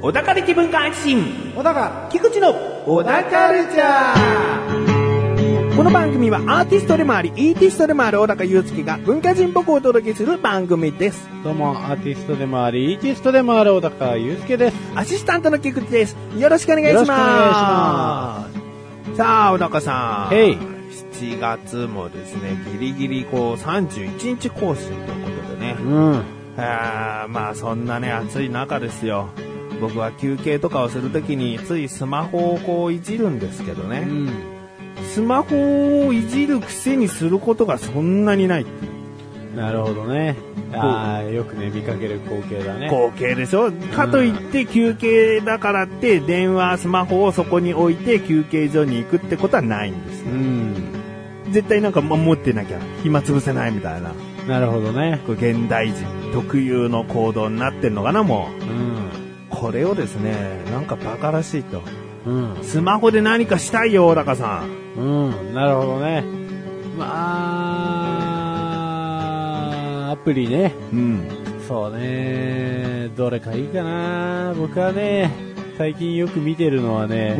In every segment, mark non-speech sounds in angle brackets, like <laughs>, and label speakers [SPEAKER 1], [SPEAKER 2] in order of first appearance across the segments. [SPEAKER 1] 小高力文化発信
[SPEAKER 2] 小高、菊池の小高ルチャーこの番組はアーティストでもあり、イーティストでもある小高祐介が文化人っぽくお届けする番組です。
[SPEAKER 3] どうも、アーティストでもあり、イーティストでもある小高祐介です。
[SPEAKER 2] アシスタントの菊池です。よろしくお願いし
[SPEAKER 3] よろ
[SPEAKER 2] ます。
[SPEAKER 3] しくお願いしま
[SPEAKER 2] さあ、小高さん。
[SPEAKER 3] へい
[SPEAKER 2] 7月もですね、ギリギリこう31日更新ということでね。
[SPEAKER 3] うん。
[SPEAKER 2] あーまあそんなね暑い中ですよ僕は休憩とかをするときについスマホをこういじるんですけど
[SPEAKER 3] う
[SPEAKER 2] ね、
[SPEAKER 3] ん。
[SPEAKER 2] スマホをいじるくせにすることがそんなにない
[SPEAKER 3] なるほどね。ああ、よくね、見かける光景だね。
[SPEAKER 2] 光景でしょかといって休憩だからって電話スマホをそこに置いて休憩所に行くってことはないんです
[SPEAKER 3] う
[SPEAKER 2] ね
[SPEAKER 3] ん。
[SPEAKER 2] 絶対なんかま持ってなきゃ暇つぶせないみたいな
[SPEAKER 3] なるほどね。
[SPEAKER 2] こう現代人特有の行動になってんのかなもう
[SPEAKER 3] うん。
[SPEAKER 2] これをですねなんかバカらしいと
[SPEAKER 3] うん。
[SPEAKER 2] スマホで何かしたいよ、小高さん。
[SPEAKER 3] うん。なるほどね。まあ、アプリね。
[SPEAKER 2] うん。
[SPEAKER 3] そうね。どれかいいかな。僕はね、最近よく見てるのはね、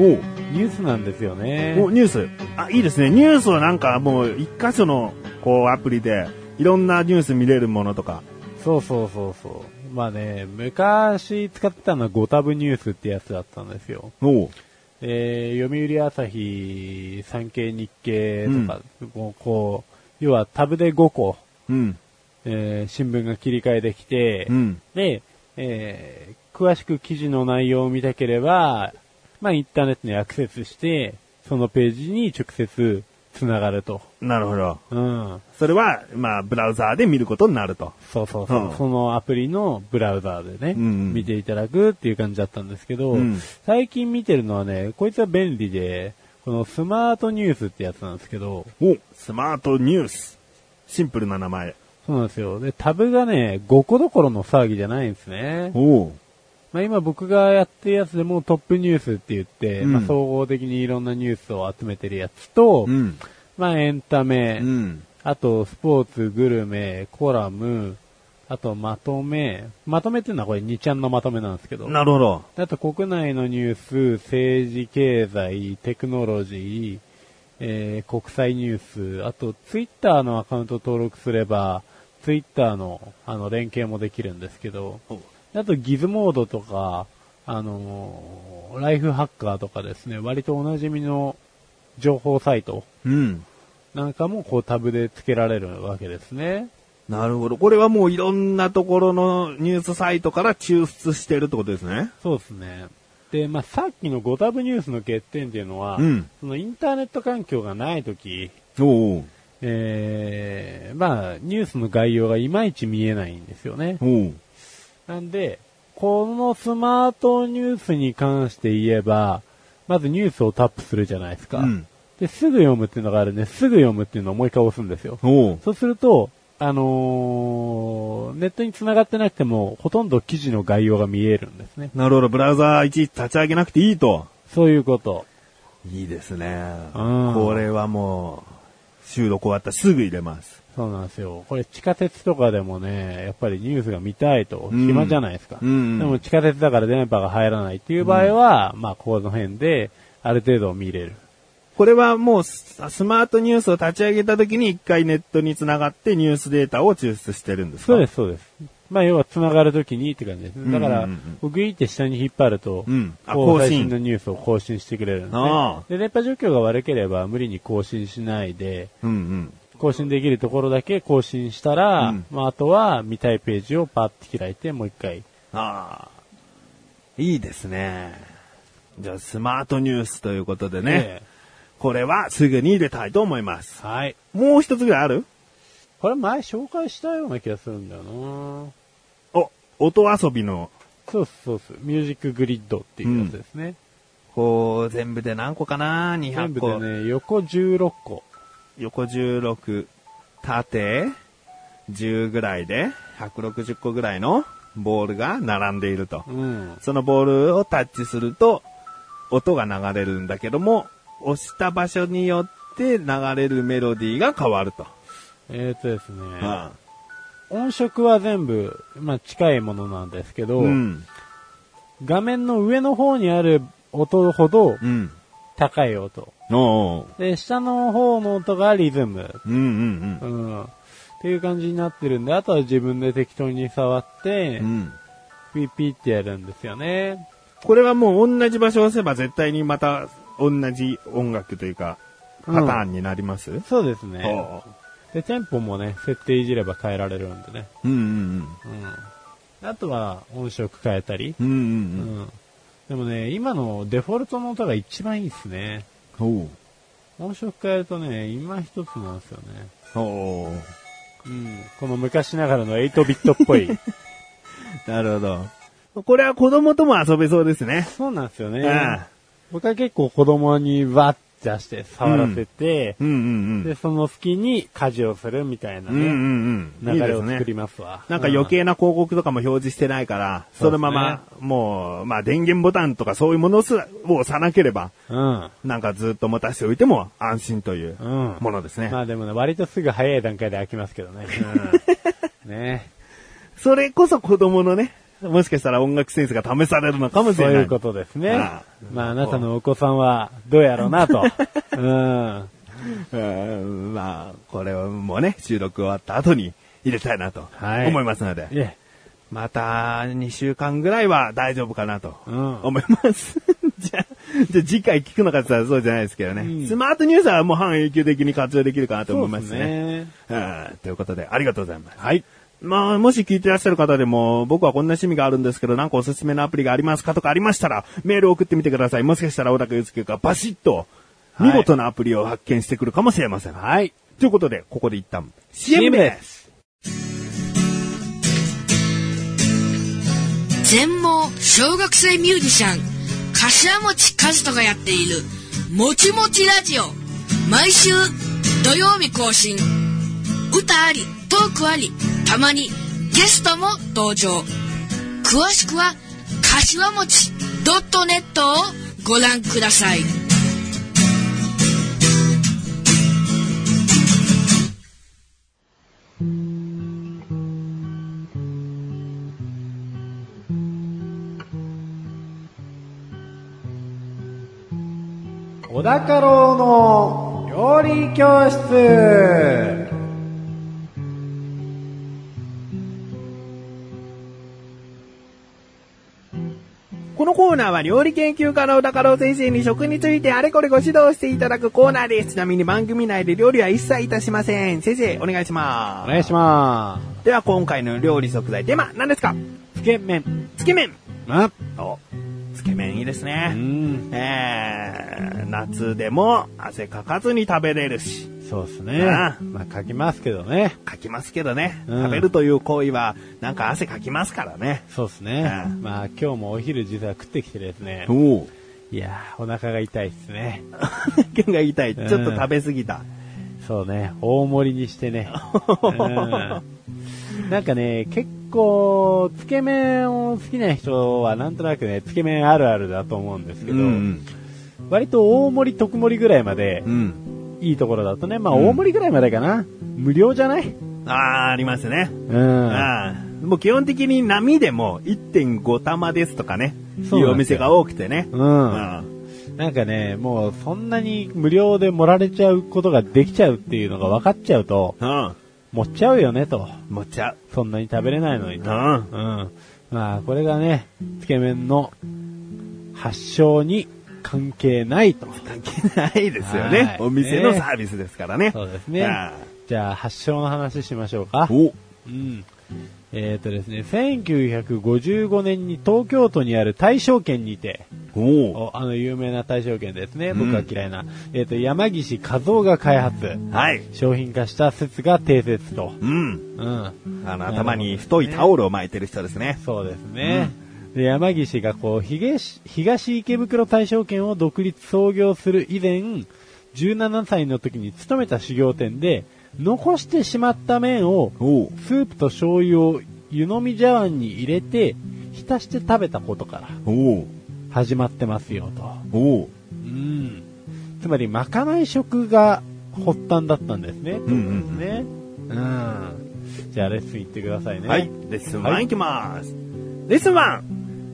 [SPEAKER 3] ニュースなんですよね。
[SPEAKER 2] お、ニュース。あ、いいですね。ニュースはなんかもう、一箇所の、こう、アプリで、いろんなニュース見れるものとか。
[SPEAKER 3] そうそうそうそう。まあね、昔使ってたのはゴタブニュースってやつだったんですよ。
[SPEAKER 2] おう。
[SPEAKER 3] えー、読売朝日、産経日経とか、こうこう、要はタブで5個、
[SPEAKER 2] うん。
[SPEAKER 3] えー新聞が切り替えできて、
[SPEAKER 2] うん。
[SPEAKER 3] で、えー詳しく記事の内容を見たければ、まあインターネットにアクセスして、そのページに直接つながると。
[SPEAKER 2] なるほど。
[SPEAKER 3] うん。
[SPEAKER 2] それは、まあ、ブラウザーで見ることになると。
[SPEAKER 3] そうそうそう。
[SPEAKER 2] うん
[SPEAKER 3] そのアプリのブラウザーでね、
[SPEAKER 2] うんうん
[SPEAKER 3] 見ていただくっていう感じだったんですけど、
[SPEAKER 2] うん
[SPEAKER 3] 最近見てるのはね、こいつは便利で、このスマートニュースってやつなんですけど、
[SPEAKER 2] おスマートニュース。シンプルな名前。
[SPEAKER 3] そうなんですよ。で、タブがね、5個どころの騒ぎじゃないんですね。
[SPEAKER 2] おう。
[SPEAKER 3] まあ今僕がやってるやつでもトップニュースって言って、
[SPEAKER 2] うん
[SPEAKER 3] まあ総合的にいろんなニュースを集めてるやつと、
[SPEAKER 2] ん。
[SPEAKER 3] まあエンタメ、
[SPEAKER 2] うん。
[SPEAKER 3] あと、スポーツ、グルメ、コラム、あと、まとめ。まとめっていうのはこれ、2ちゃんのまとめなんですけど。
[SPEAKER 2] なるほど。
[SPEAKER 3] あと、国内のニュース、政治、経済、テクノロジー、えー、国際ニュース、あと、ツイッターのアカウント登録すれば、ツイッターの、あの、連携もできるんですけど、あと、ギズモードとか、あのーライフハッカーとかですね、割とおなじみの情報サイト
[SPEAKER 2] うん。
[SPEAKER 3] なんかもこうタブで付けられるわけですね。
[SPEAKER 2] なるほど。これはもういろんなところのニュースサイトから抽出してるってことですね。
[SPEAKER 3] そうですね。で、まあ、さっきの5タブニュースの欠点っていうのは、
[SPEAKER 2] うん
[SPEAKER 3] そのインターネット環境がないとき、
[SPEAKER 2] おう。
[SPEAKER 3] えー、まあ、ニュースの概要がいまいち見えないんですよね。
[SPEAKER 2] おう。
[SPEAKER 3] なんで、このスマートニュースに関して言えば、まずニュースをタップするじゃないですか。
[SPEAKER 2] うん
[SPEAKER 3] で、すぐ読むっていうのがあるんで、すぐ読むっていうのをもう一回押すんですよ。
[SPEAKER 2] おう。
[SPEAKER 3] そうすると、あのーネットに繋がってなくても、ほとんど記事の概要が見えるんですね。
[SPEAKER 2] なるほど、ブラウザーいちいち立ち上げなくていいと。
[SPEAKER 3] そういうこと。
[SPEAKER 2] いいですね。
[SPEAKER 3] うん
[SPEAKER 2] これはもう、収録終わったらすぐ入れます。
[SPEAKER 3] そうなんですよ。これ地下鉄とかでもね、やっぱりニュースが見たいと、
[SPEAKER 2] うん
[SPEAKER 3] 暇じゃないですか。
[SPEAKER 2] うんうん
[SPEAKER 3] でも地下鉄だから電波が入らないっていう場合は、まあ、この辺で、ある程度見れる。
[SPEAKER 2] これはもうス、スマートニュースを立ち上げた時に一回ネットにつながってニュースデータを抽出してるんですか。
[SPEAKER 3] そうですす、そうです。まあ、要は繋がるときにって感じです。だか
[SPEAKER 2] う
[SPEAKER 3] ら
[SPEAKER 2] んうんうん、
[SPEAKER 3] グイって下に引っ張ると、
[SPEAKER 2] うんあ
[SPEAKER 3] こう
[SPEAKER 2] 更新
[SPEAKER 3] 最新のニュースを更新してくれるんです
[SPEAKER 2] あ
[SPEAKER 3] ね。で、電波状況が悪ければ無理に更新しないで、
[SPEAKER 2] うんうん。
[SPEAKER 3] 更新できるところだけ更新したら、
[SPEAKER 2] うん
[SPEAKER 3] まあ、あとは見たいページをパッて開いて、もう一回。
[SPEAKER 2] ああ。いいですね。じゃあ、スマートニュースということでね。
[SPEAKER 3] え
[SPEAKER 2] これはすぐに入れたいと思います
[SPEAKER 3] え。はい。
[SPEAKER 2] もう一つぐらいある
[SPEAKER 3] これ前紹介したような気がするんだよな
[SPEAKER 2] お、音遊びの、
[SPEAKER 3] そうそうそう。ミュージックグリッドっていうやつですね。
[SPEAKER 2] こう、全部で何個かな ?200
[SPEAKER 3] 全部でね、横16個。
[SPEAKER 2] 横16、縦10ぐらいで、160個ぐらいのボールが並んでいると
[SPEAKER 3] う。ん。
[SPEAKER 2] そのボールをタッチすると、音が流れるんだけども、押した場所によって流れるメロディーが変わると。
[SPEAKER 3] えーっとですね、
[SPEAKER 2] あ
[SPEAKER 3] 音色は全部、まあ、近いものなんですけ
[SPEAKER 2] あ
[SPEAKER 3] ど、
[SPEAKER 2] うん。
[SPEAKER 3] 画面の上の方にある音ほど
[SPEAKER 2] うん。
[SPEAKER 3] 高い音。
[SPEAKER 2] おうおう
[SPEAKER 3] で、下の方の音がリズム。
[SPEAKER 2] うんうん
[SPEAKER 3] うん。っていう感じになってるんで、あとは自分で適当に触って
[SPEAKER 2] うん。う、ん。
[SPEAKER 3] ピッピッってやるんですよね。
[SPEAKER 2] これはもう同じ場所を押せば絶対にまた同じ音楽というか、パターンになります、
[SPEAKER 3] そうですね。
[SPEAKER 2] おう
[SPEAKER 3] で、テンポもね、設定いじれば変えられるんでね。
[SPEAKER 2] うんうん
[SPEAKER 3] うん。あとは音色変えたり。
[SPEAKER 2] うん。うん
[SPEAKER 3] う
[SPEAKER 2] うんうん。
[SPEAKER 3] ん。でもね、今のデフォルトの音が一番いいですね。
[SPEAKER 2] おう
[SPEAKER 3] 音色変えるとね、今一つなんですよね。
[SPEAKER 2] おう
[SPEAKER 3] うん。この昔ながらの8ビットっぽい。
[SPEAKER 2] なるほど。これは子供とも遊べ <laughs> そうですね。
[SPEAKER 3] そうなんですよね。
[SPEAKER 2] ああ
[SPEAKER 3] 僕は結構子供にわっ出して触らせて、
[SPEAKER 2] うんうんうん。
[SPEAKER 3] で、その隙に家事をするみたいな
[SPEAKER 2] うんう
[SPEAKER 3] ね、
[SPEAKER 2] んうん。いい
[SPEAKER 3] 流
[SPEAKER 2] で
[SPEAKER 3] れ
[SPEAKER 2] す
[SPEAKER 3] を
[SPEAKER 2] ね
[SPEAKER 3] 作りますわ。
[SPEAKER 2] なんか余計な広告とかも表示してないから、そのまま、もう、まあ電源ボタンとかそういうものすらを押さなければ、
[SPEAKER 3] うん。
[SPEAKER 2] なんかずっと持たしておいても安心という
[SPEAKER 3] うん。
[SPEAKER 2] ものですね。
[SPEAKER 3] <laughs> まあでもね、割とすぐ早い段階で飽きますけどね。
[SPEAKER 2] <laughs>
[SPEAKER 3] ね
[SPEAKER 2] それこそ子供のね、もしかしたら音楽センスが試されるのかもし
[SPEAKER 3] そ
[SPEAKER 2] れ
[SPEAKER 3] う
[SPEAKER 2] ない。
[SPEAKER 3] いうことですね
[SPEAKER 2] ああ。
[SPEAKER 3] まああなたのお子さんはどうやろうな
[SPEAKER 2] <laughs>
[SPEAKER 3] と。うん。
[SPEAKER 2] うんまあ、これもね、収録終わった後に入れたいなと
[SPEAKER 3] はい
[SPEAKER 2] 思いますので、
[SPEAKER 3] いえ。
[SPEAKER 2] また2週間ぐらいは大丈夫かなと
[SPEAKER 3] うん。
[SPEAKER 2] 思います。 <laughs> じゃあ、じゃあ次回聞くのかって言ったらそうじゃないですけどね。
[SPEAKER 3] うん
[SPEAKER 2] スマートニュースはもう半永久的に活用できるかなと思います
[SPEAKER 3] そう
[SPEAKER 2] ね。
[SPEAKER 3] ですね
[SPEAKER 2] うんということで、ありがとうございます。
[SPEAKER 3] はい。
[SPEAKER 2] まあ、もし聞いてらっしゃる方でも、僕はこんな趣味があるんですけど、なんかおすすめのアプリがありますかとかありましたら、メールを送ってみてください。もしかしたら小高祐介がバシッと、
[SPEAKER 3] はい
[SPEAKER 2] 見事なアプリを発見してくるかもしれません。
[SPEAKER 3] はい。
[SPEAKER 2] ということで、ここで一旦、CM です
[SPEAKER 4] 全盲小学生ミュージシャン柏持和人がやっている「もちもちラジオ」毎週土曜日更新歌ありトークありたまにゲストも登場詳しくは柏餅 .net をご覧ください
[SPEAKER 3] 小高郎の料理教室
[SPEAKER 2] このコーナーは料理研究家の小高郎先生に食についてあれこれご指導していただくコーナーです。ちなみに番組内で料理は一切いたしません。先生、お願いし
[SPEAKER 3] お
[SPEAKER 2] ま。
[SPEAKER 3] 願いします
[SPEAKER 2] では今回の料理食材テーマ、何ですか
[SPEAKER 3] す。つけ麺。
[SPEAKER 2] つけ麺
[SPEAKER 3] あ
[SPEAKER 2] お、つけ麺いいですね。
[SPEAKER 3] うん。
[SPEAKER 2] えー、夏でも汗かかずに食べれるし、
[SPEAKER 3] そうですね。
[SPEAKER 2] ああ
[SPEAKER 3] まあ書きますけどね。
[SPEAKER 2] かきますけどね、
[SPEAKER 3] うん
[SPEAKER 2] 食べるという行為はなんか汗かきますからね。
[SPEAKER 3] そうですね。
[SPEAKER 2] ああ
[SPEAKER 3] まあ今日もお昼実は食ってきてですね。
[SPEAKER 2] お
[SPEAKER 3] いやー、お腹が痛いですね。
[SPEAKER 2] が痛い。ちょっと食べ過ぎた。
[SPEAKER 3] そうね、大盛りにしてね。うんなんかね、結構、つけ麺を好きな人はなんとなくね、つけ麺あるあるだと思うんですけど、割と大盛り特盛りぐらいまで、
[SPEAKER 2] うん。
[SPEAKER 3] いいところだとね、まあ大盛りぐらいまでかな。無料じゃない
[SPEAKER 2] ああ、ありますね。
[SPEAKER 3] うん。
[SPEAKER 2] あーもう基本的に波でも1.5玉ですとかね、い
[SPEAKER 3] そうなんですよ
[SPEAKER 2] うお店が多くてね。
[SPEAKER 3] うん。なんかね、もうそんなに無料で盛られちゃうことができちゃうっていうのが分かっちゃうと、
[SPEAKER 2] うん。うん。
[SPEAKER 3] 持っちゃうよねと。
[SPEAKER 2] もうちゃ
[SPEAKER 3] そんなに食べれないのに
[SPEAKER 2] う。う
[SPEAKER 3] と。
[SPEAKER 2] ん。
[SPEAKER 3] うん。まあこれがね、つけ麺の発祥に関係ないと。
[SPEAKER 2] 関係ないですよ
[SPEAKER 3] は
[SPEAKER 2] ね
[SPEAKER 3] い。
[SPEAKER 2] お店のサービスですからね。
[SPEAKER 3] そうですね
[SPEAKER 2] あ。
[SPEAKER 3] じゃあ発祥の話しましょうか。
[SPEAKER 2] ーお
[SPEAKER 3] うん。えっ、とですね、1955年に東京都にある大正圏にて、
[SPEAKER 2] お
[SPEAKER 3] おあの、有名な大正圏ですね。
[SPEAKER 2] うん
[SPEAKER 3] 僕は嫌いな。えっ、と、山岸和夫が開発。
[SPEAKER 2] はい。
[SPEAKER 3] 商品化した説が定説と。
[SPEAKER 2] うん。
[SPEAKER 3] うん。
[SPEAKER 2] あの、頭に太いタオルを巻いてる人ですね。
[SPEAKER 3] そうですね。で山岸がこう、東東池袋大正圏を独立創業する以前、17歳の時に勤めた修行店で、残してしまった麺を、
[SPEAKER 2] おう
[SPEAKER 3] スープと醤油を湯飲み茶碗に入れて、浸して食べたことから
[SPEAKER 2] おう
[SPEAKER 3] 始まってますよと。
[SPEAKER 2] おう
[SPEAKER 3] うん。つまり、まかない食が発端だったんですね。
[SPEAKER 1] うんうん
[SPEAKER 3] ね。うん。じゃあ、レッスン行ってくださいね。
[SPEAKER 1] はい。レッスン
[SPEAKER 3] は
[SPEAKER 1] 1
[SPEAKER 3] い
[SPEAKER 1] いきます。レッスン 1!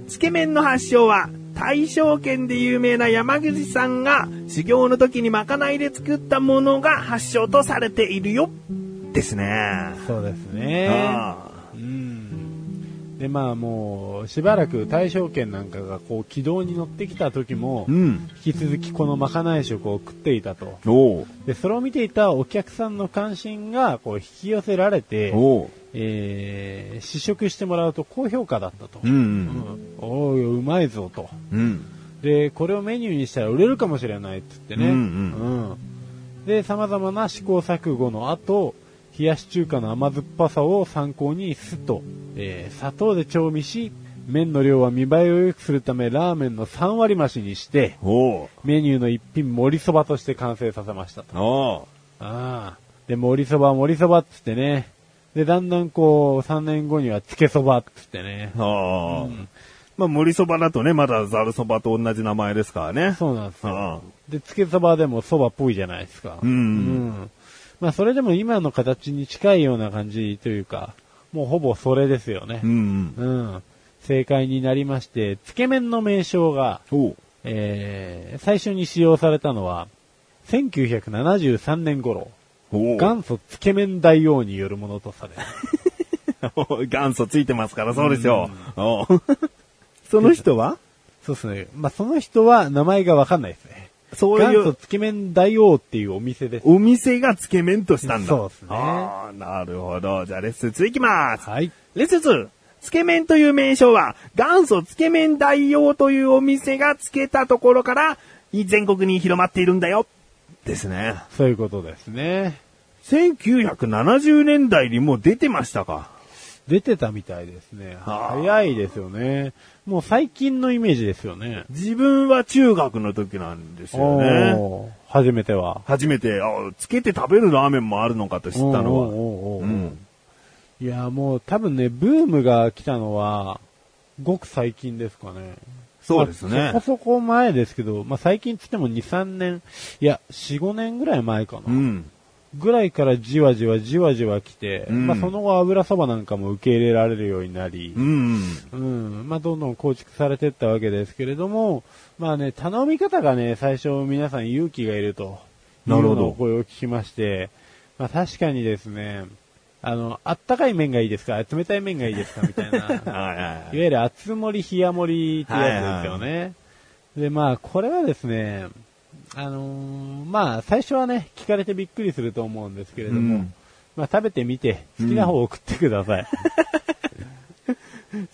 [SPEAKER 1] つけ麺の発祥は、大正圏で有名な山口さんが修行の時にまかないで作ったものが発祥とされているよ。ですね。
[SPEAKER 3] そうですね。
[SPEAKER 1] あ
[SPEAKER 3] うん。で、まあもう、しばらく大正圏なんかがこう軌道に乗ってきた時も
[SPEAKER 1] ー、ん。
[SPEAKER 3] 引き続きこのまかない食を食っていたと。
[SPEAKER 1] おう
[SPEAKER 3] で、それを見ていたお客さんの関心がこう引き寄せられて、
[SPEAKER 1] おう
[SPEAKER 3] えー試食してもらうと高評価だったと。
[SPEAKER 1] ん
[SPEAKER 3] おおうまいぞと。
[SPEAKER 1] うん。うん。
[SPEAKER 3] で、これをメニューにしたら売れるかもしれないって言ってね。
[SPEAKER 1] うん
[SPEAKER 3] うんで、様々な試行錯誤の後、冷やし中華の甘酸っぱさを参考に酢と、えー砂糖で調味し、麺の量は見栄えを良くするためラーメンの3割増しにして、
[SPEAKER 1] おう
[SPEAKER 3] メニューの一品盛りそばとして完成させましたと。
[SPEAKER 1] おう
[SPEAKER 3] ああ。で、盛りそば、盛りそばっつってね。で、だんだんこう、3年後にはつけそばっつってね。
[SPEAKER 1] ああ。まあ、盛りそばだとね、まだざるそばと同じ名前ですからね。
[SPEAKER 3] そうなんですよ。
[SPEAKER 1] ああ
[SPEAKER 3] で、つけそばでもそばっぽいじゃないですか。
[SPEAKER 1] うん
[SPEAKER 3] うんまあ、それでも今の形に近いような感じというか、もうほぼそれですよね
[SPEAKER 1] う。ん。
[SPEAKER 3] うん正解になりまして、つけ麺の名称が、
[SPEAKER 1] おう
[SPEAKER 3] えー最初に使用されたのは、1973年頃、
[SPEAKER 1] おう
[SPEAKER 3] 元祖つけ麺大王によるものとされる。
[SPEAKER 1] 元祖ついてますから、そうですよ。おうその人は
[SPEAKER 3] そうですね。まあ、その人は名前がわかんないですね。
[SPEAKER 1] そうい
[SPEAKER 3] 元祖
[SPEAKER 1] う
[SPEAKER 3] つけ麺大王っていうお店です。
[SPEAKER 1] お店がつけ麺としたんだ。
[SPEAKER 3] そうですね
[SPEAKER 1] ああ、なるほど。じゃあレッスン2いきます。
[SPEAKER 3] はい。
[SPEAKER 1] レッスン 2! つけ麺という名称は、元祖つけ麺大王というお店がつけたところから、全国に広まっているんだよ。ですね。
[SPEAKER 3] そういうことですね。
[SPEAKER 1] 1970年代にもう出てましたか。
[SPEAKER 3] 出てたみたいですね。
[SPEAKER 1] はあ
[SPEAKER 3] 早いですよね。もう最近のイメージですよね。
[SPEAKER 1] 自分は中学の時なんですよね。
[SPEAKER 3] おー初めては。
[SPEAKER 1] 初めて、あ、つけて食べるラーメンもあるのかと知ったの
[SPEAKER 3] おー
[SPEAKER 1] は。
[SPEAKER 3] おーおーおー
[SPEAKER 1] うん。
[SPEAKER 3] いや、もう多分ね、ブームが来たのは、ごく最近ですかね。
[SPEAKER 1] そうですね
[SPEAKER 3] まあ。そこそこ前ですけど、まあ最近つっても2、3年、いや、4、5年ぐらい前かな。
[SPEAKER 1] うん。
[SPEAKER 3] ぐらいからじわじわじわじわ来て、
[SPEAKER 1] うん
[SPEAKER 3] まあその後油そばなんかも受け入れられるようになり、
[SPEAKER 1] うん。
[SPEAKER 3] うん。まあ、どんどん構築されていったわけですけれども、まあね、頼み方がね、最初皆さん勇気がいると。
[SPEAKER 1] なるほど
[SPEAKER 3] いうようお声を聞きまして、まあ、確かにですね、あの、あったかい麺がいいですか冷たい麺がいいですか
[SPEAKER 1] <laughs>
[SPEAKER 3] みたいな。いわ
[SPEAKER 1] はいはいはい。
[SPEAKER 3] ゆる厚盛り、冷や盛りってやつですよね。で、まあ、これはですね、あのーまあ、最初はね、聞かれてびっくりすると思うんですけれども、
[SPEAKER 1] うん
[SPEAKER 3] まあ、食べてみて、好きな方を送ってください。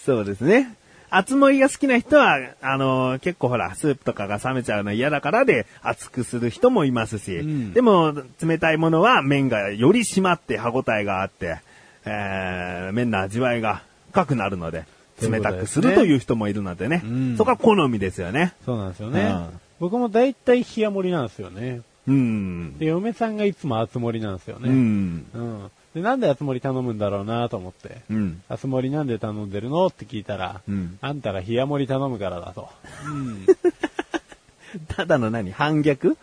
[SPEAKER 1] そうですね。厚盛りが好きな人は、あのー結構ほら、スープとかが冷めちゃうの嫌だからで、熱くする人もいますし、
[SPEAKER 3] うん
[SPEAKER 1] でも、冷たいものは麺がより締まって歯応えがあって、えー、麺の味わいが深くなるので、冷たくするという人もいるのでね、
[SPEAKER 3] うん
[SPEAKER 1] そこは好みですよね。
[SPEAKER 3] そうなんですよね。
[SPEAKER 1] うん
[SPEAKER 3] 僕も大体冷や盛りなんですよね。
[SPEAKER 1] うん。
[SPEAKER 3] で、嫁さんがいつも厚盛りなんですよ
[SPEAKER 1] う
[SPEAKER 3] ね。
[SPEAKER 1] ん。
[SPEAKER 3] うん。で、なんで厚盛り頼むんだろうなと思って。
[SPEAKER 1] うん。
[SPEAKER 3] 厚盛りなんで頼んでるのって聞いたら、
[SPEAKER 1] うん
[SPEAKER 3] あんたが冷や盛り頼むからだと。
[SPEAKER 1] ただの何反逆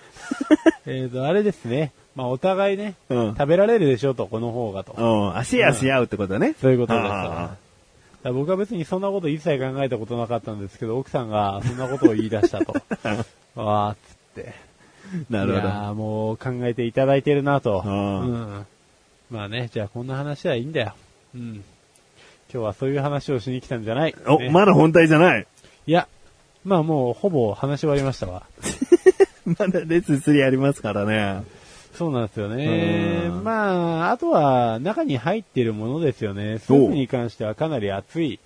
[SPEAKER 3] えっと、あれですね。まあ、お互いね、
[SPEAKER 1] うん
[SPEAKER 3] 食べられるでしょうと、この方がと。
[SPEAKER 1] うん。足やし合うってことね。
[SPEAKER 3] そういうことですよね
[SPEAKER 1] あ
[SPEAKER 3] だから僕は別にそんなこと一切考えたことなかったんですけど、奥さんがそんなことを言い出
[SPEAKER 1] <laughs>
[SPEAKER 3] したと。わーっつって。
[SPEAKER 1] ーなる
[SPEAKER 3] い
[SPEAKER 1] ほど。
[SPEAKER 3] やーもう考えていただいてるなと。
[SPEAKER 1] うん
[SPEAKER 3] うんまあね、じゃあこんな話はいいんだよ。うん。今日はそういう話をしに来たんじゃない。
[SPEAKER 1] お、
[SPEAKER 3] ね
[SPEAKER 1] まだ本体じゃない。
[SPEAKER 3] いや、まあもうほぼ話終わりましたわ。
[SPEAKER 1] まだレッスン3ありますからね。
[SPEAKER 3] そうなんですよね。
[SPEAKER 1] うん
[SPEAKER 3] まあ、あとは中に入っているものですよね。スープに関してはかなり熱い。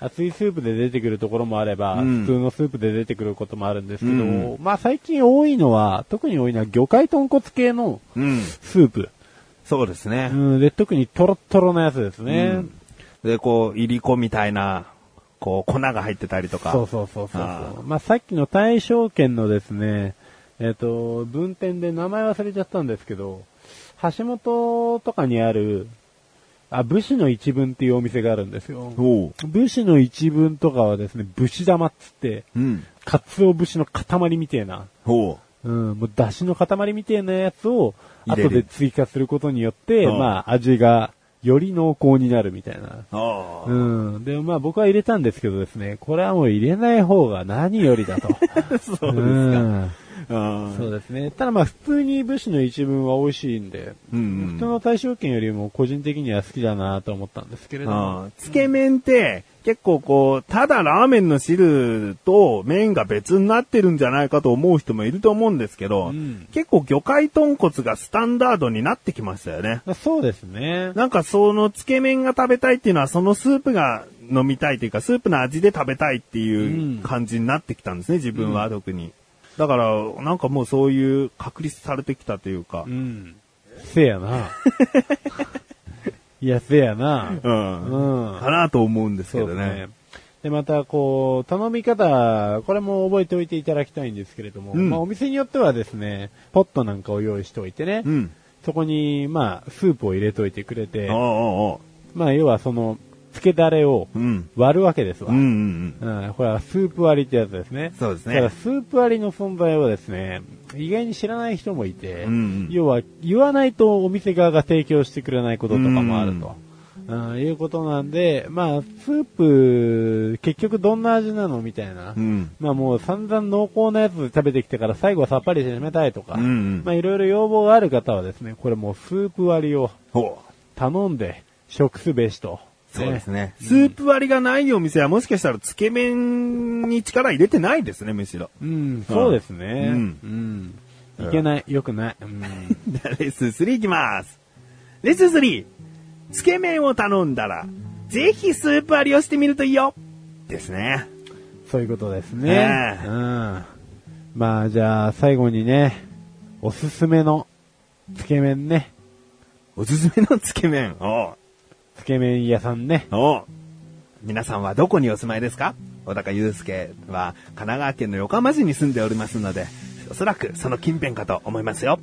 [SPEAKER 3] 熱いスープで出てくるところもあれば、
[SPEAKER 1] うん
[SPEAKER 3] 普通のスープで出てくることもあるんですけど、
[SPEAKER 1] うん
[SPEAKER 3] まあ最近多いのは、特に多いのは魚介豚骨系の
[SPEAKER 1] うん。
[SPEAKER 3] スープ。
[SPEAKER 1] そうですね。
[SPEAKER 3] うん、で、特にトロットロなやつですね。
[SPEAKER 1] うんで、こう、いりこみたいな、こう、粉が入ってたりとか。
[SPEAKER 3] そうそうそうそう
[SPEAKER 1] あ
[SPEAKER 3] そう。まあ、さっきの大正圏のですね、えっ、と、文典で名前忘れちゃったんですけど、橋本とかにある、あ、武士の一文っていうお店があるんですよ。
[SPEAKER 1] おう。
[SPEAKER 3] 武士の一文とかはですね、武士玉っつって、
[SPEAKER 1] うん。
[SPEAKER 3] 鰹節の塊みたいな、
[SPEAKER 1] おう。
[SPEAKER 3] うん、もう出汁の塊みたいなやつを、
[SPEAKER 1] 入れる
[SPEAKER 3] 後で追加することによって、
[SPEAKER 1] うん
[SPEAKER 3] まあ、味がより濃厚になるみたいな。
[SPEAKER 1] ああ。
[SPEAKER 3] うん。で、まあ僕は入れたんですけどですね、これはもう入れない方が何よりだ <laughs> と。
[SPEAKER 1] そうです
[SPEAKER 3] う
[SPEAKER 1] か。
[SPEAKER 3] ん
[SPEAKER 1] ああ
[SPEAKER 3] そうですね。ただまあ普通に武士の一文は美味しいんで、
[SPEAKER 1] うんうん
[SPEAKER 3] 普通の大将券よりも個人的には好きだなと思ったんですけれども。
[SPEAKER 1] ああつけ麺って、結構こう、ただラーメンの汁と麺が別になってるんじゃないかと思う人もいると思うんですけど、
[SPEAKER 3] うん
[SPEAKER 1] 結構魚介豚骨がスタンダードになってきましたよね。
[SPEAKER 3] まあそうですね。
[SPEAKER 1] なんかそのつけ麺が食べたいっていうのはそのスープが飲みたいというかスープの味で食べたいっていう
[SPEAKER 3] うん
[SPEAKER 1] 感じになってきたんですね、自分は特に。だからなんかもうそういう確立されてきたというか
[SPEAKER 3] う。ん。せや <laughs> な。いや、せやな。
[SPEAKER 1] うん。
[SPEAKER 3] うん
[SPEAKER 1] かなと思うんですけ
[SPEAKER 3] そう
[SPEAKER 1] ど
[SPEAKER 3] です
[SPEAKER 1] ね
[SPEAKER 3] ね。。で、また、こう、頼み方、これも覚えておいていただきたいんですけれども、
[SPEAKER 1] うん
[SPEAKER 3] まあ、お店によってはですね、ポットなんかを用意しておいてね、
[SPEAKER 1] うん。
[SPEAKER 3] そこに、まあ、スープを入れといてくれて
[SPEAKER 1] おう、おうおう
[SPEAKER 3] まあ、要はその、漬けだれを
[SPEAKER 1] うん。
[SPEAKER 3] 割るわけですわ。
[SPEAKER 1] うんうんうん。
[SPEAKER 3] うん、これはスープ割りってやつですね。
[SPEAKER 1] そうですね
[SPEAKER 3] だからスープ割りの存在をですね、意外に知らない人もいて、
[SPEAKER 1] うんうん
[SPEAKER 3] 要は言わないとお店側が提供してくれないこととかもあると。うん、いうことなんで、まあ、スープ、結局どんな味なのみたいな。
[SPEAKER 1] うん。
[SPEAKER 3] まあもう散々濃厚なやつ食べてきたから最後はさっぱりして締めたいとか、
[SPEAKER 1] うんうん
[SPEAKER 3] まあいろいろ要望がある方はですね、これもうスープ割りを
[SPEAKER 1] ほう。
[SPEAKER 3] 頼んで食すべしと。
[SPEAKER 1] そうですね。
[SPEAKER 3] うん
[SPEAKER 1] スープ割りがないお店はもしかしたらつけ麺に力入れてないですね、むしろ。
[SPEAKER 3] うん、そうですね。
[SPEAKER 1] う
[SPEAKER 3] うんん。いけない、よくない。うん。
[SPEAKER 1] じ <laughs> ゃあレッスン3いきます。レッスン 3! つけ麺を頼んだら、ぜひスープ割りをしてみるといいよですね。
[SPEAKER 3] そういうことです
[SPEAKER 1] ね
[SPEAKER 3] ね。
[SPEAKER 1] え
[SPEAKER 3] うん。まあ、じゃあ、最後にね、おすすめの、つけ麺ね。
[SPEAKER 1] おすすめのつけ麺。おう
[SPEAKER 3] つけ麺屋さんね。
[SPEAKER 1] おう皆さんはどこにお住まいですか小高祐介は神奈川県の横浜市に住んでおりますので、おそらくその近辺かと思いますよ。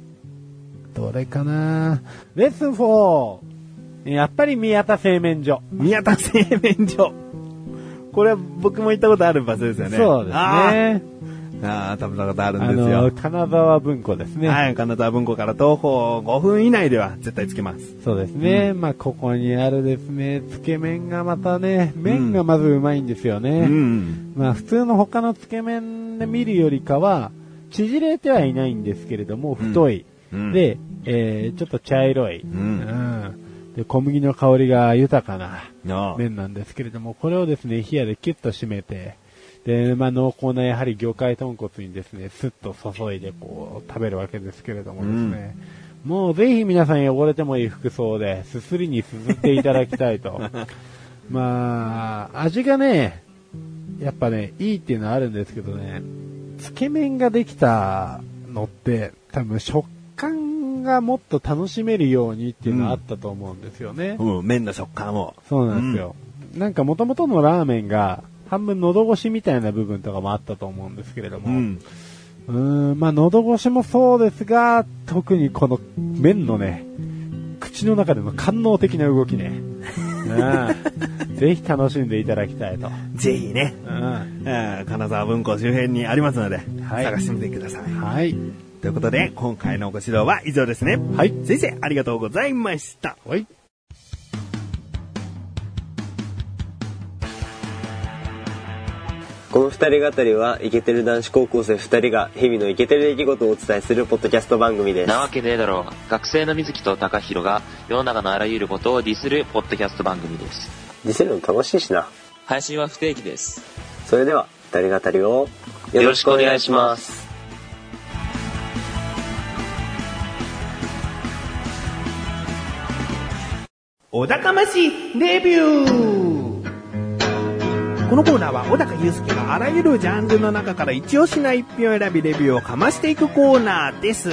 [SPEAKER 3] どれかなレッスン 4! やっぱり宮田製麺所。
[SPEAKER 1] 宮田製麺所。これは僕も行ったことある場所ですよね。
[SPEAKER 3] そうですね。
[SPEAKER 1] あー。あー食べたことあるん
[SPEAKER 3] あ
[SPEAKER 1] です
[SPEAKER 3] の、
[SPEAKER 1] よ。
[SPEAKER 3] 金沢文庫ですね。
[SPEAKER 1] はい、金沢文庫から徒歩5分以内では絶対つけます。
[SPEAKER 3] そうですね。まあ、ここにあるですね、つけ麺がまたね、麺がまずうまいんですよね。
[SPEAKER 1] うん。
[SPEAKER 3] まあ普通の他のつけ麺で見るよりかは、縮れてはいないんですけれども、太い。
[SPEAKER 1] うん
[SPEAKER 3] で、えーちょっと茶色い、
[SPEAKER 1] ん
[SPEAKER 3] うんで。小麦の香りが豊かな
[SPEAKER 1] あ
[SPEAKER 3] 麺なんですけれども、これをですね、冷やでキュッと締めて、で、まあ濃厚なやはり魚介豚骨にですね、スッと注いでこう食べるわけですけれどもですね、もうぜひ皆さん汚れてもいい服装で、すすりにすすっていただきた
[SPEAKER 1] <laughs>
[SPEAKER 3] いと。まあ、味がね、やっぱね、いいっていうのはあるんですけどね、つけ麺ができたのって、多分食感がもっと楽しめるようにっていうのはあったと思うんですよね。
[SPEAKER 1] うん、麺の食感を。
[SPEAKER 3] そうなんですよ。なんか元々のラーメンが、半分喉越しみたいな部分とかもあったと思うんですけれども、
[SPEAKER 1] う
[SPEAKER 3] うん
[SPEAKER 1] ん。
[SPEAKER 3] ーん、んまあ喉越しもそうですが、特にこの麺のね、口の中での官能的な動きね、うんぜひ楽しんでいただきたいと。
[SPEAKER 1] ぜひね、
[SPEAKER 3] うん
[SPEAKER 1] えー金沢文庫周辺にありますので、
[SPEAKER 3] はい
[SPEAKER 1] 探してみてください。
[SPEAKER 3] はい。
[SPEAKER 1] ということで、今回のご指導は以上ですね。
[SPEAKER 3] はい。
[SPEAKER 1] 先生、ありがとうございました。
[SPEAKER 3] はい。
[SPEAKER 5] この二人語りはイケてる男子高校生二人が日々のイケてる出来事をお伝えするポッドキャスト番組です
[SPEAKER 6] なわけねえだろう。学生の水木と高弘が世の中のあらゆることをディスるポッドキャスト番組です。
[SPEAKER 5] 実際の楽しいしな
[SPEAKER 6] 配信は不定期です。
[SPEAKER 5] それでは二人語りをよろしくお願いします
[SPEAKER 7] お高ましレビュー
[SPEAKER 1] このコーナーは小高祐介があらゆるジャンルの中から一押しな一品を選びレビューをかましていくコーナーです。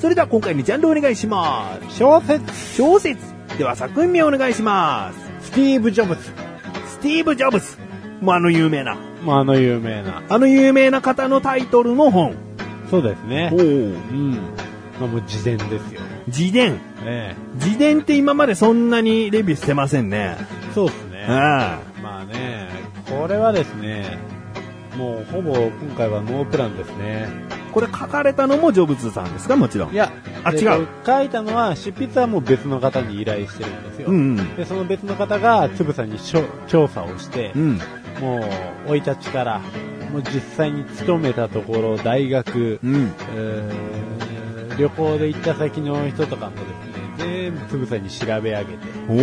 [SPEAKER 1] それでは今回のジャンルお願いします。
[SPEAKER 3] 小説、
[SPEAKER 1] 小説では作品名お願いします。
[SPEAKER 3] スティーブ・ジョブズ。
[SPEAKER 1] スティーブ・ジョブズ。もうあの有名な。
[SPEAKER 3] まあ、あの有名な。
[SPEAKER 1] あの有名な方のタイトルの本。
[SPEAKER 3] そうですね。
[SPEAKER 1] お
[SPEAKER 3] うん。まあもう事前ですよ。
[SPEAKER 1] 自伝。
[SPEAKER 3] え
[SPEAKER 1] 自伝って今までそんなにレビューしてませんね。
[SPEAKER 3] えそうですね。
[SPEAKER 1] あ
[SPEAKER 3] まあね、これはですね、もうほぼ今回はノープランですね。
[SPEAKER 1] あ。
[SPEAKER 2] これ書かれたのもジョブズさんですかもちろん。
[SPEAKER 3] いや、
[SPEAKER 2] あ
[SPEAKER 3] えっと
[SPEAKER 2] 違う
[SPEAKER 3] 書いたのは、執筆はもう別の方に依頼してるんですよ。
[SPEAKER 2] うんうん
[SPEAKER 3] で、その別の方が、つぶさんにしょ調査をして、
[SPEAKER 2] うん。
[SPEAKER 3] もう、生い立ちから、もう実際に勤めたところ、大学、
[SPEAKER 2] うん。
[SPEAKER 3] えー旅行で行った先の人とかもですね、全部つぶさに調べ上げて、
[SPEAKER 2] おう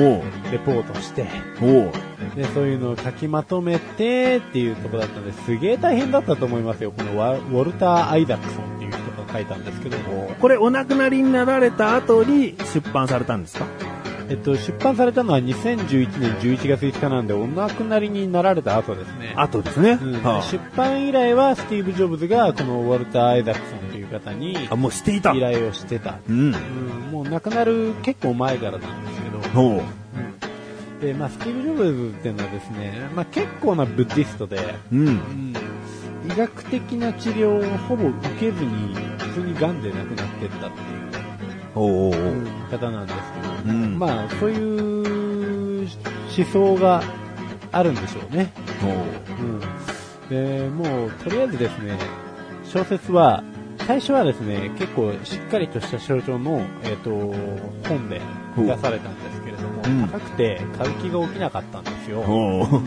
[SPEAKER 3] レポートして、
[SPEAKER 2] おう
[SPEAKER 3] で、そういうのを書きまとめてっていうところだったので、すげえ大変だったと思いますよ。このワウォルター・アイザックソンっていう人が書いたんですけども、
[SPEAKER 2] これお亡くなりになられた後に出版されたんですか
[SPEAKER 3] えっと、出版されたのは2011年11月5日なんで、お亡くなりになられた後ですね。
[SPEAKER 2] 後ですね。
[SPEAKER 3] うん
[SPEAKER 2] は
[SPEAKER 3] 出版依頼はスティーブ・ジョブズがこのウォルター・アイザックソンという方に
[SPEAKER 2] あ、あもうしていた。
[SPEAKER 3] 依頼をしてた。
[SPEAKER 2] うん。
[SPEAKER 3] うん、もう亡くなる結構前からなんですけど、
[SPEAKER 2] おう
[SPEAKER 3] で、まあ、スティーブ・ジョブズっていうのはですね、まあ、結構なブッディストで、
[SPEAKER 2] うん。
[SPEAKER 3] うん医学的な治療をほぼ受けずに、普通に癌で亡くなってったって
[SPEAKER 2] おうおうお
[SPEAKER 3] いう
[SPEAKER 2] う
[SPEAKER 3] 方なんですけ
[SPEAKER 2] う
[SPEAKER 3] ど、
[SPEAKER 2] ん
[SPEAKER 3] まあ、そういう思想があるんでしょうね。
[SPEAKER 2] おう
[SPEAKER 3] うん、でもう、とりあえずですね、小説は、最初はですね、結構しっかりとした症状の、えっ、と、本で出されたんですけれども、
[SPEAKER 2] うん
[SPEAKER 3] 高くて買う気が起きなかったんですよ。
[SPEAKER 2] おう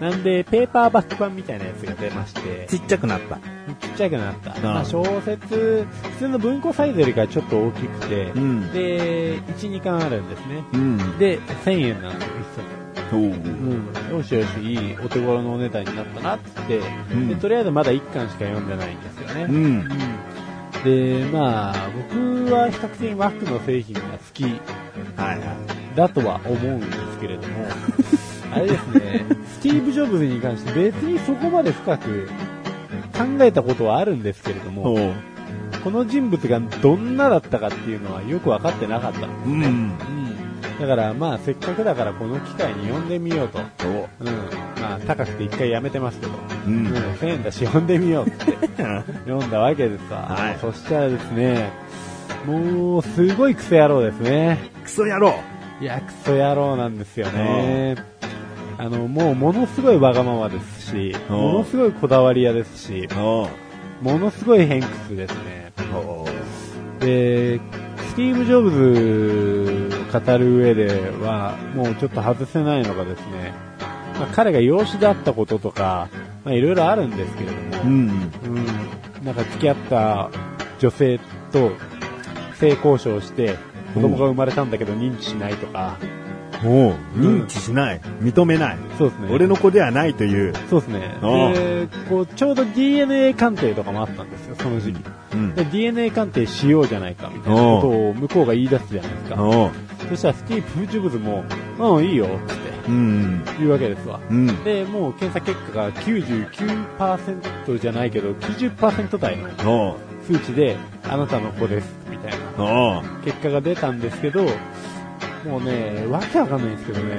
[SPEAKER 3] なんで、ペーパーバック版みたいなやつが出まして、
[SPEAKER 2] ちっちゃくなった。
[SPEAKER 3] ちっちゃくなった。
[SPEAKER 2] ん
[SPEAKER 3] まあ、小説、普通の文庫サイズよりかはちょっと大きくて、
[SPEAKER 2] ん。
[SPEAKER 3] で、1、2巻あるんですね。
[SPEAKER 2] うん。
[SPEAKER 3] で、1000円なんですよ、一冊
[SPEAKER 2] おう
[SPEAKER 3] うん、よしよし、いいお手頃のお値段になったなって言って、
[SPEAKER 2] うん
[SPEAKER 3] でとりあえずまだ1巻しか読んでないんですよね。
[SPEAKER 2] うん。
[SPEAKER 3] で、まあ、僕は比較的マックの製品が好き
[SPEAKER 2] はいはい。
[SPEAKER 3] だとは思うんですけれど
[SPEAKER 2] <laughs>
[SPEAKER 3] も、あれですね、スティーブ・ジョブズに関して別にそこまで深く考えたことはあるんですけれども、
[SPEAKER 2] う。
[SPEAKER 3] この人物がどんなだったかっていうのはよく分かってなかった。
[SPEAKER 2] うん。
[SPEAKER 3] だからまあ、せっかくだからこの機会に読んでみようと。
[SPEAKER 2] おう。
[SPEAKER 3] うん、まあ、高くて一回やめてますけど、
[SPEAKER 2] う
[SPEAKER 3] うん、
[SPEAKER 2] ん。
[SPEAKER 3] 1000円だし読んでみようって <laughs> 読んだわけですわ、
[SPEAKER 2] はい
[SPEAKER 3] そしたらですね、もう、すごいクソ野郎ですね。
[SPEAKER 2] クソ野郎。
[SPEAKER 3] いや、クソ野郎なんですよね。あの、もう、ものすごいわがままですし、
[SPEAKER 2] うん
[SPEAKER 3] ものすごいこだわり屋ですし、
[SPEAKER 2] おう。
[SPEAKER 3] ものすごい偏屈ですね。
[SPEAKER 2] おう。
[SPEAKER 3] で、スティーブ・ジョブズを語る上では、もうちょっと外せないのがですね、まあ、彼が養子であったこととか、まあ、いろいろあるんですけれど
[SPEAKER 2] うん。
[SPEAKER 3] も、うん、なんか付き合った女性と性交渉して、子供が生まれたんだけど認知しないとか、
[SPEAKER 2] おう。認知しない。認めない。
[SPEAKER 3] そうですね。
[SPEAKER 2] 俺の子ではないという。
[SPEAKER 3] そうですね。
[SPEAKER 2] ああ
[SPEAKER 3] で、こう、ちょうど DNA 鑑定とかもあったんですよ、その時期。
[SPEAKER 2] うん。
[SPEAKER 3] で DNA 鑑定しようじゃないか、みたいなことを向こうが言い出すじゃないですか。
[SPEAKER 2] おう。
[SPEAKER 3] そしたらスティーブ・ジョブズも、うん、いいよ、って
[SPEAKER 2] うん。
[SPEAKER 3] 言うわけですわ。
[SPEAKER 2] うん。
[SPEAKER 3] で、もう検査結果が99%じゃないけど、90%台の
[SPEAKER 2] おう。
[SPEAKER 3] 数値で、あなたの子です、みたいな
[SPEAKER 2] おう。
[SPEAKER 3] 結果が出たんですけど、もうね、わけわかんないんですけどね、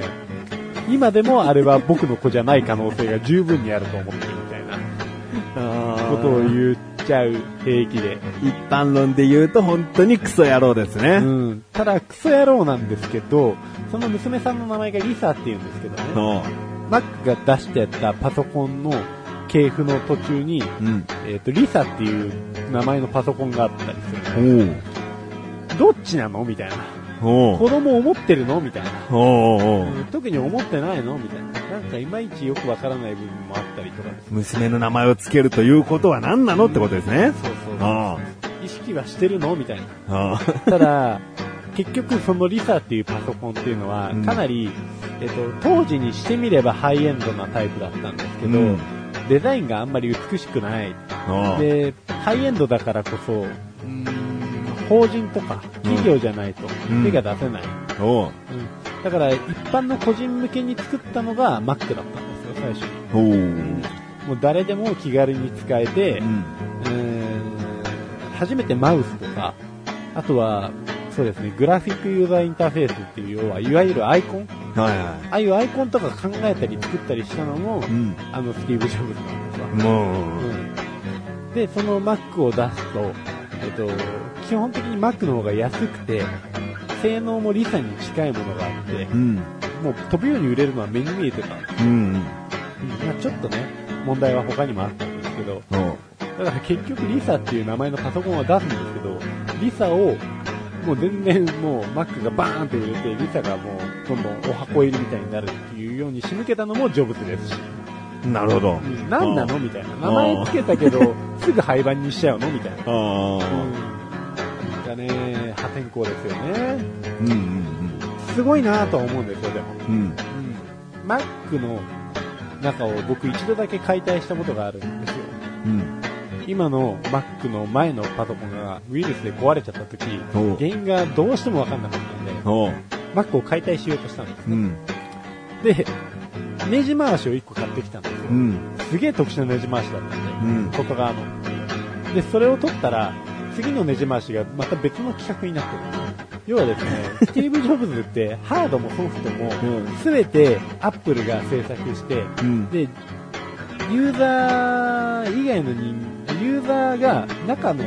[SPEAKER 3] 今でもあれは僕の子じゃない可能性が十分にあると思ってるみたいなことを言っちゃう、平気で。
[SPEAKER 2] 一般論で言うと本当にクソ野郎です
[SPEAKER 3] う
[SPEAKER 2] ね。
[SPEAKER 3] ん、ただ、クソ野郎なんですけど、その娘さんの名前がリサって言うんですけどね。
[SPEAKER 2] おう。
[SPEAKER 3] マックが出してやったパソコンの系譜の途中に、
[SPEAKER 2] うん。
[SPEAKER 3] えっ、と、リサっていう名前のパソコンがあったりする。どっちなのみたいな。
[SPEAKER 2] おう。
[SPEAKER 3] 子供思ってるのみたいな。
[SPEAKER 2] おう。おう。
[SPEAKER 3] 特に思ってないのみたいな。なんかいまいちよくわからない部分もあったりとかです。
[SPEAKER 2] 娘の名前をつけるということは何なのってことですね。
[SPEAKER 3] そうそう。
[SPEAKER 2] あ
[SPEAKER 3] 意識はしてるのみ
[SPEAKER 2] <laughs>
[SPEAKER 3] たいな。
[SPEAKER 2] あ。あ
[SPEAKER 3] ただ、結局そのリサっていうパソコンっていうのは
[SPEAKER 2] うん、
[SPEAKER 3] かなり、えっ、と、当時にしてみればハイエンドなタイプだったんですけど、
[SPEAKER 2] うん
[SPEAKER 3] デザインがあんまり美しくない。
[SPEAKER 2] あ。
[SPEAKER 3] で、ハイエンドだからこそ、うーん法人とか企業じゃないと
[SPEAKER 2] うん
[SPEAKER 3] 手が出せない。
[SPEAKER 2] おう。
[SPEAKER 3] うんだから一般の個人向けに作ったのが Mac だったんですよ、最初に。
[SPEAKER 2] おう。
[SPEAKER 3] もう誰でも気軽に使えて、
[SPEAKER 2] うん。
[SPEAKER 3] うーん初めてマウスとか、あとは、そうですね、グラフィックユーザーインターフェースっていう、要は、いわゆるアイコン
[SPEAKER 2] はいは
[SPEAKER 3] ああいうアイコンとか考えたり作ったりしたのも
[SPEAKER 2] い。う、ん。
[SPEAKER 3] あの、スティーブ・ジョブズなんですわ。
[SPEAKER 2] もう。
[SPEAKER 3] うんで、その Mac を出すと、えっと、基本的に Mac の方が安くて、性能もリサに近いものがあって
[SPEAKER 2] う、ん。
[SPEAKER 3] もう飛ぶように売れるのは目に見えてたんです。
[SPEAKER 2] うん。
[SPEAKER 3] うんまあ、ちょっとね、問題は他にもあったんですけど、
[SPEAKER 2] おう。
[SPEAKER 3] だから結局リサっていう名前のパソコンは出すんですけど、リサをもう全然もう Mac がバーンって売れて、リサがもうどんどんお箱入りみたいになるっていうように仕向けたのもジョブズですし、
[SPEAKER 2] なるほど。
[SPEAKER 3] 何なのみたいな。名前つけたけど、すぐ廃盤にしちゃうのみたいな。
[SPEAKER 2] あ
[SPEAKER 3] う
[SPEAKER 2] あ。
[SPEAKER 3] んなんかね、破天荒ですよね。
[SPEAKER 2] うんうん
[SPEAKER 3] すごいなとは思うんですよ、でも。
[SPEAKER 2] うん。うん。
[SPEAKER 3] Mac の中を僕一度だけ解体したことがあるんですよ。
[SPEAKER 2] うん。
[SPEAKER 3] 今の Mac の前のパソコンがウイルスで壊れちゃった時、
[SPEAKER 2] おう
[SPEAKER 3] 原因がどうしてもわかんなかったんで、
[SPEAKER 2] おう。
[SPEAKER 3] Mac を解体しようとしたんです
[SPEAKER 2] う
[SPEAKER 3] ね。
[SPEAKER 2] ん。
[SPEAKER 3] で、ネジ回しを1個買ってきたんですよ。
[SPEAKER 2] うん。
[SPEAKER 3] すげえ特殊なネジ回しだったんで、
[SPEAKER 2] うん。
[SPEAKER 3] 外側の。で、それを取ったら、次のネジ回しがまた別の規格になってる。要はですね、スティーブ・ジョブズってハードもソフトも
[SPEAKER 2] うん、
[SPEAKER 3] すべてアップルが制作して、
[SPEAKER 2] うん。
[SPEAKER 3] で、ユーザー以外の人、ユーザーが中の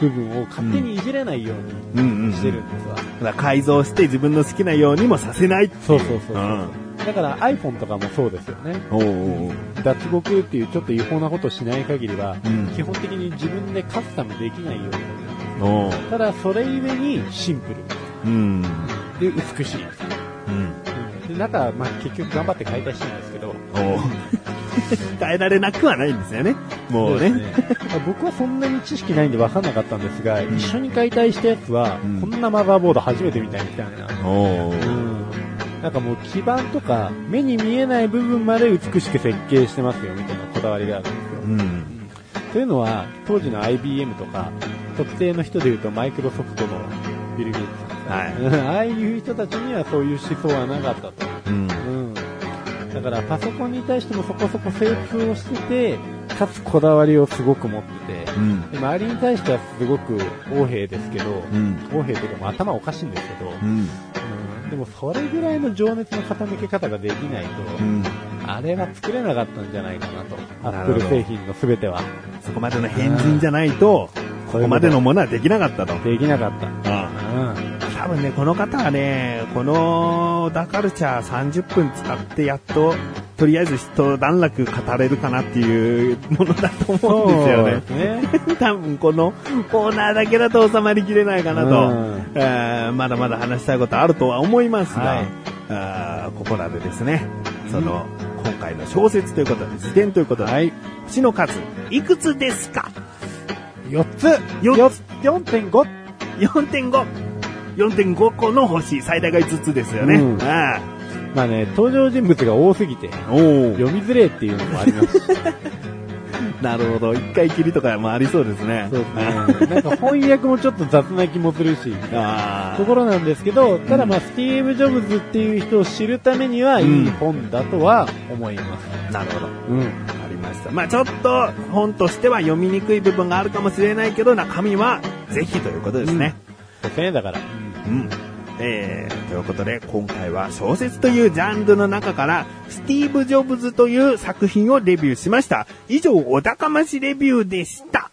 [SPEAKER 3] 部分を勝手にいじれないよう
[SPEAKER 2] うん。うん。
[SPEAKER 3] にしてる。んですわ。
[SPEAKER 2] だから改造して自分の好きなようにもさせない。
[SPEAKER 3] そうそうそう
[SPEAKER 2] う
[SPEAKER 3] そう。
[SPEAKER 2] ん。
[SPEAKER 3] だから iPhone とかもそうですよね。
[SPEAKER 2] おうおう。
[SPEAKER 3] 脱獄っていうちょっと違法なことをしない限りは、
[SPEAKER 2] うん
[SPEAKER 3] 基本的に自分でカスタムできないようになる。
[SPEAKER 2] おう。
[SPEAKER 3] ただそれゆえにシンプル
[SPEAKER 2] うん。
[SPEAKER 3] で美しい、
[SPEAKER 2] うん。
[SPEAKER 3] で中はまあ結局頑張って解体したんですけど
[SPEAKER 2] おう。変えられなくはないんですよね。もう
[SPEAKER 3] で
[SPEAKER 2] ね。
[SPEAKER 3] すね僕はそんなに知識ないんで分かんなかったんですが、一緒に解体したやつは、
[SPEAKER 2] うん
[SPEAKER 3] こんなマザーボード初めて見たみたいな、
[SPEAKER 2] おう。
[SPEAKER 3] うん、なんかもう基板とか目に見えない部分まで美しく設計してますよみたいなこだわりがあるんですよ
[SPEAKER 2] うん。
[SPEAKER 3] というのは当時の IBM とか特定の人でいうとマイクロソフトのビル・ゲイツ <laughs> さん
[SPEAKER 2] はい。
[SPEAKER 3] うんああいう人たちにはそういう思想はなかったと
[SPEAKER 2] うん。
[SPEAKER 3] うん、だからパソコンに対してもそこそこ精通をしてて、かつこだわりをすごく持ってて、
[SPEAKER 2] うん。
[SPEAKER 3] で周りに対してはすごく横柄ですけど、
[SPEAKER 2] うん。
[SPEAKER 3] 横柄というかもう頭おかしいんですけど、
[SPEAKER 2] うん。
[SPEAKER 3] うんでもそれぐらいの情熱の傾け方ができないと、
[SPEAKER 2] うん。
[SPEAKER 3] あれは作れなかったんじゃないかなと、ア
[SPEAKER 2] な
[SPEAKER 3] ッ
[SPEAKER 2] る
[SPEAKER 3] プ
[SPEAKER 2] ほど
[SPEAKER 3] ル製品の全ては
[SPEAKER 2] そこまでの変人じゃないと、ここまでのものはできなかったと。
[SPEAKER 3] できなかった。
[SPEAKER 2] あ
[SPEAKER 3] うん
[SPEAKER 2] あ多分ね、この方はね、このダカルチャー30分使ってやっと、とりあえず一段落語れるかなっていうものだと思うんですよね。
[SPEAKER 3] そうですね。
[SPEAKER 2] <laughs> 多分このコーナーだけだと収まりきれないかな
[SPEAKER 3] うん
[SPEAKER 2] と、えーまだまだ話したいことあるとは思いますが、
[SPEAKER 3] はい
[SPEAKER 2] あーここらでですね、その、今回の小説ということで、辞典ということで、
[SPEAKER 3] はい。
[SPEAKER 2] 星の数、いくつですか
[SPEAKER 3] 4つ
[SPEAKER 2] 四つ
[SPEAKER 3] !4.5!
[SPEAKER 2] ?4.5。4.5個の星、最大が5つですよね。
[SPEAKER 3] うん
[SPEAKER 2] ああ
[SPEAKER 3] まあね、登場人物が多すぎて、
[SPEAKER 2] おー
[SPEAKER 3] 読みづれえっていうのもあ
[SPEAKER 2] <laughs>
[SPEAKER 3] りますし、
[SPEAKER 2] なるほど。一回きりとかもありそうですね。
[SPEAKER 3] そうですね。なんか翻訳もちょっと雑な気もするし、
[SPEAKER 2] あ
[SPEAKER 3] ところなんですけど、ただまあ、スティーブ・ジョブズっていう人を知るためには、
[SPEAKER 2] うん
[SPEAKER 3] いい本だとは思います。
[SPEAKER 2] あ、なるほど。
[SPEAKER 3] うん。
[SPEAKER 2] ありました。まあちょっと本としては読みにくい部分があるかもしれないけど、中身はぜひということですね。
[SPEAKER 3] 5000円だから。
[SPEAKER 2] うん。えー、ということで今回は小説というジャンルの中からスティーブ・ジョブズという作品をレビューしました。以上、お高ましレビューでした。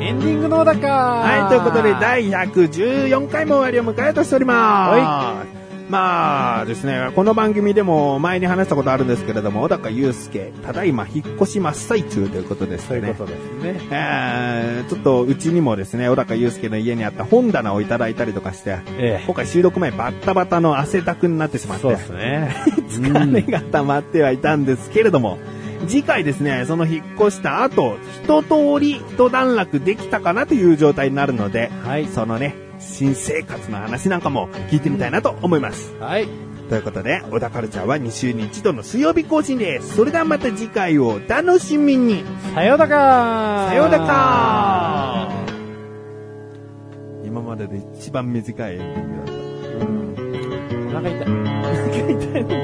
[SPEAKER 3] エンディングのだか
[SPEAKER 2] はい、ということで、第114回も終わりを迎えようとしております。まあですね、この番組でも前に話したことあるんですけれども、小高祐介、ただいま引っ越し真っ最中ということです
[SPEAKER 3] そう
[SPEAKER 2] ね。
[SPEAKER 3] いうことですね。
[SPEAKER 2] えーちょっとうちにもですね、小高祐介の家にあった本棚をいただいたりとかして、
[SPEAKER 3] え
[SPEAKER 2] 今回収録前バッタバタの汗だくになってしま
[SPEAKER 3] え。
[SPEAKER 2] っ
[SPEAKER 3] そう
[SPEAKER 2] て
[SPEAKER 3] で、すね。
[SPEAKER 2] 疲れが溜まってはいたんですけれども、次回ですね、その引っ越した後、一通り一段落できたかなという状態になるので、
[SPEAKER 3] はい。
[SPEAKER 2] そのね、新生活の話なんかも聞いてみたいなと思います。
[SPEAKER 3] はい。
[SPEAKER 2] ということで、小田カルチャーは2週に1度の水曜日更新です。それではまた次回をお楽しみに。
[SPEAKER 3] さようだか
[SPEAKER 2] さようなら今までで一番短いエンディングだった。
[SPEAKER 3] うん。お腹痛い。
[SPEAKER 2] 痛いね